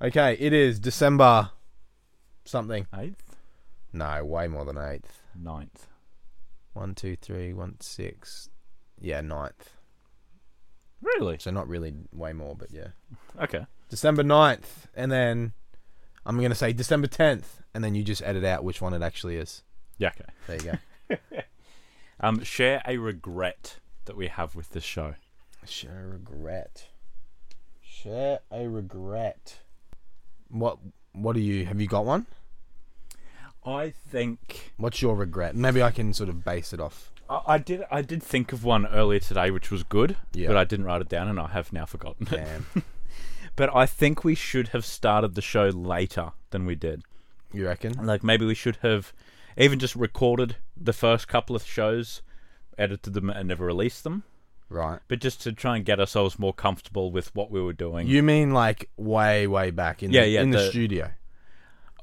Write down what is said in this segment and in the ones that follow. Okay, it is December something. Eighth, No, way more than eighth. ninth. One, two, three, one, six. Yeah, ninth. Really? So not really way more, but yeah. Okay. December 9th, and then I'm going to say December 10th, and then you just edit out which one it actually is. Yeah. Okay. There you go. Um, share a regret that we have with this show. Share a regret. Share a regret. What what do you have you got one? I think What's your regret? Maybe I can sort of base it off. I, I did. I did think of one earlier today, which was good. Yeah. But I didn't write it down, and I have now forgotten it. Damn. But I think we should have started the show later than we did. you reckon? Like maybe we should have even just recorded the first couple of shows, edited them, and never released them. Right. But just to try and get ourselves more comfortable with what we were doing. You mean like way way back in Yeah, the, yeah, in the, the- studio.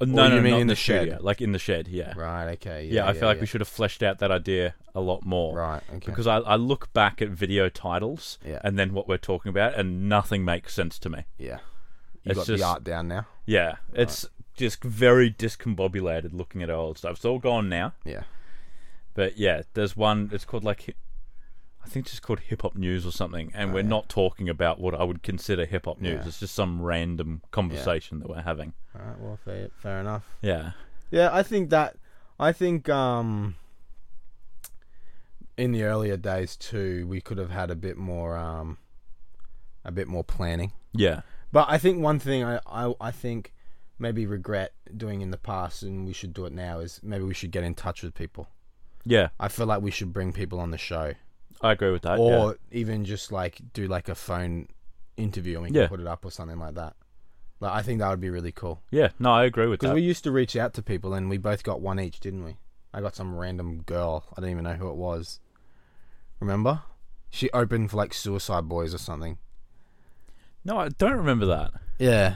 Oh, no, or no, you no, mean not in in the the studio, shed? like in the shed. Yeah, Right, okay. yeah. Yeah, I feel like we should have fleshed out that idea a lot more. Right, okay. Because I, I look back at video titles Yeah. and then what we're talking about, and nothing makes sense to me. yeah. You It's got just- the art down now. Yeah, it's just very discombobulated looking at our old stuff. It's all gone now, Yeah. but yeah, there's one. It's called like, hi- I think it's just called hip hop news or something, and we're not talking about what I would consider hip hop news. Oh, Yeah. It's just some random conversation that we're having. All right, well, fair, fair enough. Yeah, Yeah, I think that I think um in the earlier days too, we could have had a bit more um a bit more planning. yeah, But I think one thing I, I, I think maybe regret doing in the past and we should do it now is maybe we should get in touch with people. yeah. I feel like we should bring people on the show. I agree with that. yeah. Or even just like do like a phone interview and we can Yeah. put it up or something like that. Like I think that would be really cool. Yeah, no, I agree with Because that. we used to reach out to people, and we both got one each, didn't we? I got some random girl. I don't even know who it was. Remember? She opened for like Suicide Boys or something. no, I don't remember that. Yeah.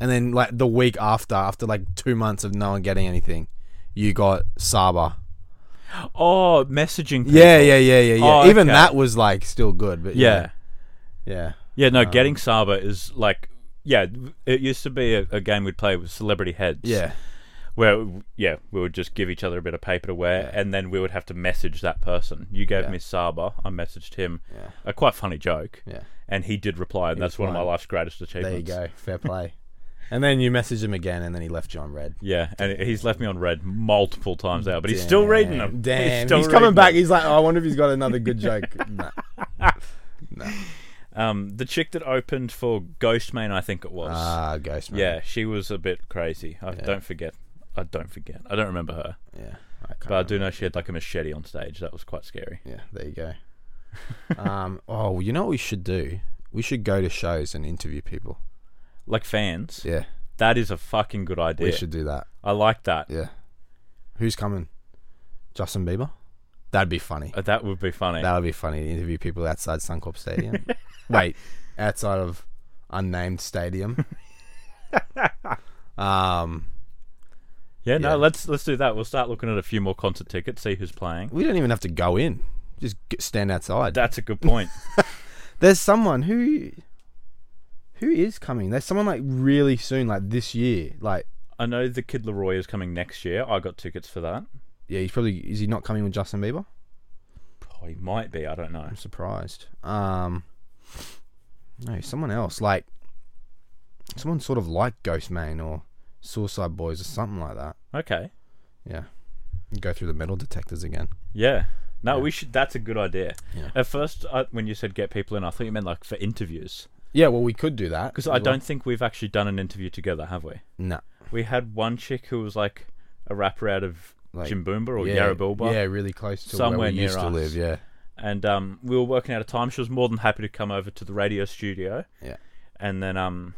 And then like the week after, after like two months of no one getting anything, you got Saba. Oh, messaging. people. Yeah, yeah, yeah, yeah, yeah. Oh, even okay. that was like still good, but yeah, yeah, Um, yeah, yeah. No, getting Saba is like, yeah. It used to be a, a game we'd play with celebrity heads. yeah, where yeah, we would just give each other a bit of paper to wear, and then we would have to message that person. You gave Yeah. me Saba, I messaged him. Yeah. A quite funny joke, yeah. and he did reply, and that's one of my replied. life's greatest There you achievements. go. Fair play. and then you messaged him again, and then he left you on red. Yeah, and he's left me on red multiple times now, but he's still reading them. Damn, he's, still coming reading back. them. He's like, oh, I wonder if he's got another good joke. Nah. Um, the chick that opened for Ghostman, I think it was. Ah, Ghost Man. Yeah, she was a bit crazy. I don't forget. I don't forget. I don't remember her, yeah. I can't but I do know she had like a machete on stage. That was quite scary. Yeah, there you go. um, oh, well, you know what we should do? We should go to shows and interview people. Like fans, Yeah, that is a fucking good we idea. should do that. I like that. Yeah. Who's coming? Justin Bieber? That'd be funny. Uh, That would be funny. That would be funny to interview people outside Suncorp Stadium. Wait, outside of unnamed stadium. um, yeah, no, yeah. let's let's do that. We'll start looking at a few more concert tickets, see who's playing. we don't even have to go in. Just g- stand outside. That's a good point. There's someone who who is coming. There's someone like really soon, like this year. Like, I know the Kid Leroy is coming next year. I got tickets for that. yeah, he's probably is he not coming with Justin Bieber? Oh, he might be. I don't know. I'm surprised. Um, no, someone else like someone sort of like Ghostman or Suicide Boys or something like that. Okay. Yeah, go through the metal detectors again. Yeah. No, we should. That's a good idea. Yeah. At first, I, when you said get people in, I thought you meant like for interviews. Yeah, well, we could do that Because I don't think we've actually done an interview together, have we? No, We had one chick who was like a rapper out of Like, Jimboomba or yeah, Yarrabilba, Yeah, really close to where Somewhere we near used to us. live. Yeah, and um, we were working out a time. She was more than happy to come over to the radio studio, yeah, and then um,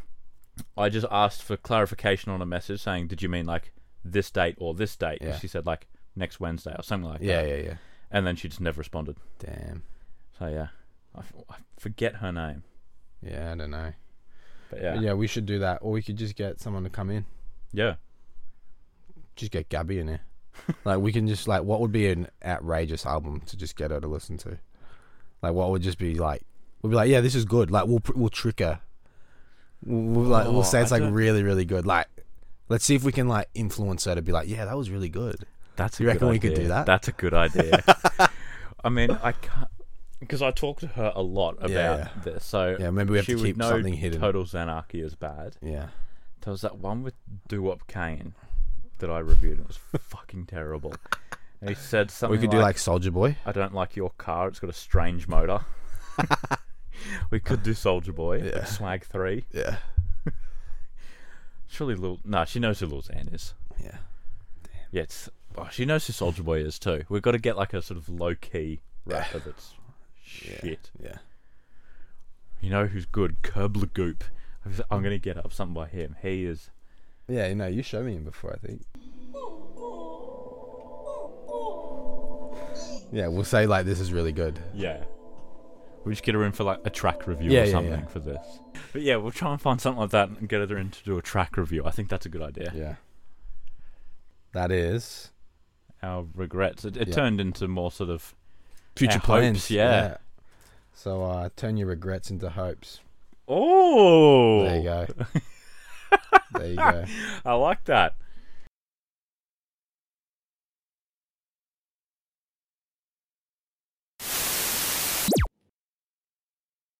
I just asked for clarification on a message saying, "Did you mean like this date or this date?" And Yeah. She said like next Wednesday or something like yeah, that, yeah, yeah. and then she just never responded. Damn. So yeah, I, f- I forget her name, Yeah, I don't know. but But yeah, Yeah. yeah, we should do that, or we could just get someone to come in. Just get Gabby in there. like we can just like what would be an outrageous album to just get her to listen to? Like what would just be like? We'd be like, yeah, this is good. Like we'll pr- we'll trick her We'll, like, we'll Oh, say it's I like don't- really, really good. Like, let's see if we can like influence her to be like, yeah, that was really good. That's a You good reckon we could idea. do that? That's a good idea. I mean, I can't because I talk to her a lot about Yeah. this. So Yeah, maybe we have she to would keep know something hidden. Total Xanarchy is bad. Yeah. There was that one with Doo-Wop Kane that I reviewed. It was fucking terrible. And he said something. we could do like Soldier Boy. "I don't like your car. It's got a strange motor." we could do Soldier Boy, Yeah. Swag Three. Yeah. Surely, Lil. No, she knows who Lil Xan is. Yeah. Yeah, it's, oh, she knows who Soldier Boy is too. We've got to get like a sort of low key rapper that's shit. Yeah. You know who's good? Kerbla Goop. I'm gonna get up something by him. He is. Yeah, you know, you showed me him before, I think. Yeah, we'll say like this is really good. Yeah. We just get her in for like a track review Yeah, or yeah, something yeah. for this. But yeah, we'll try and find something like that and get her in to do a track review. I think that's a good idea. Yeah. That is Our regrets. It, it Yeah. turned into more sort of future Our plans. hopes, yeah. So uh, turn your regrets into hopes. oh, There you go. there you go. I like that.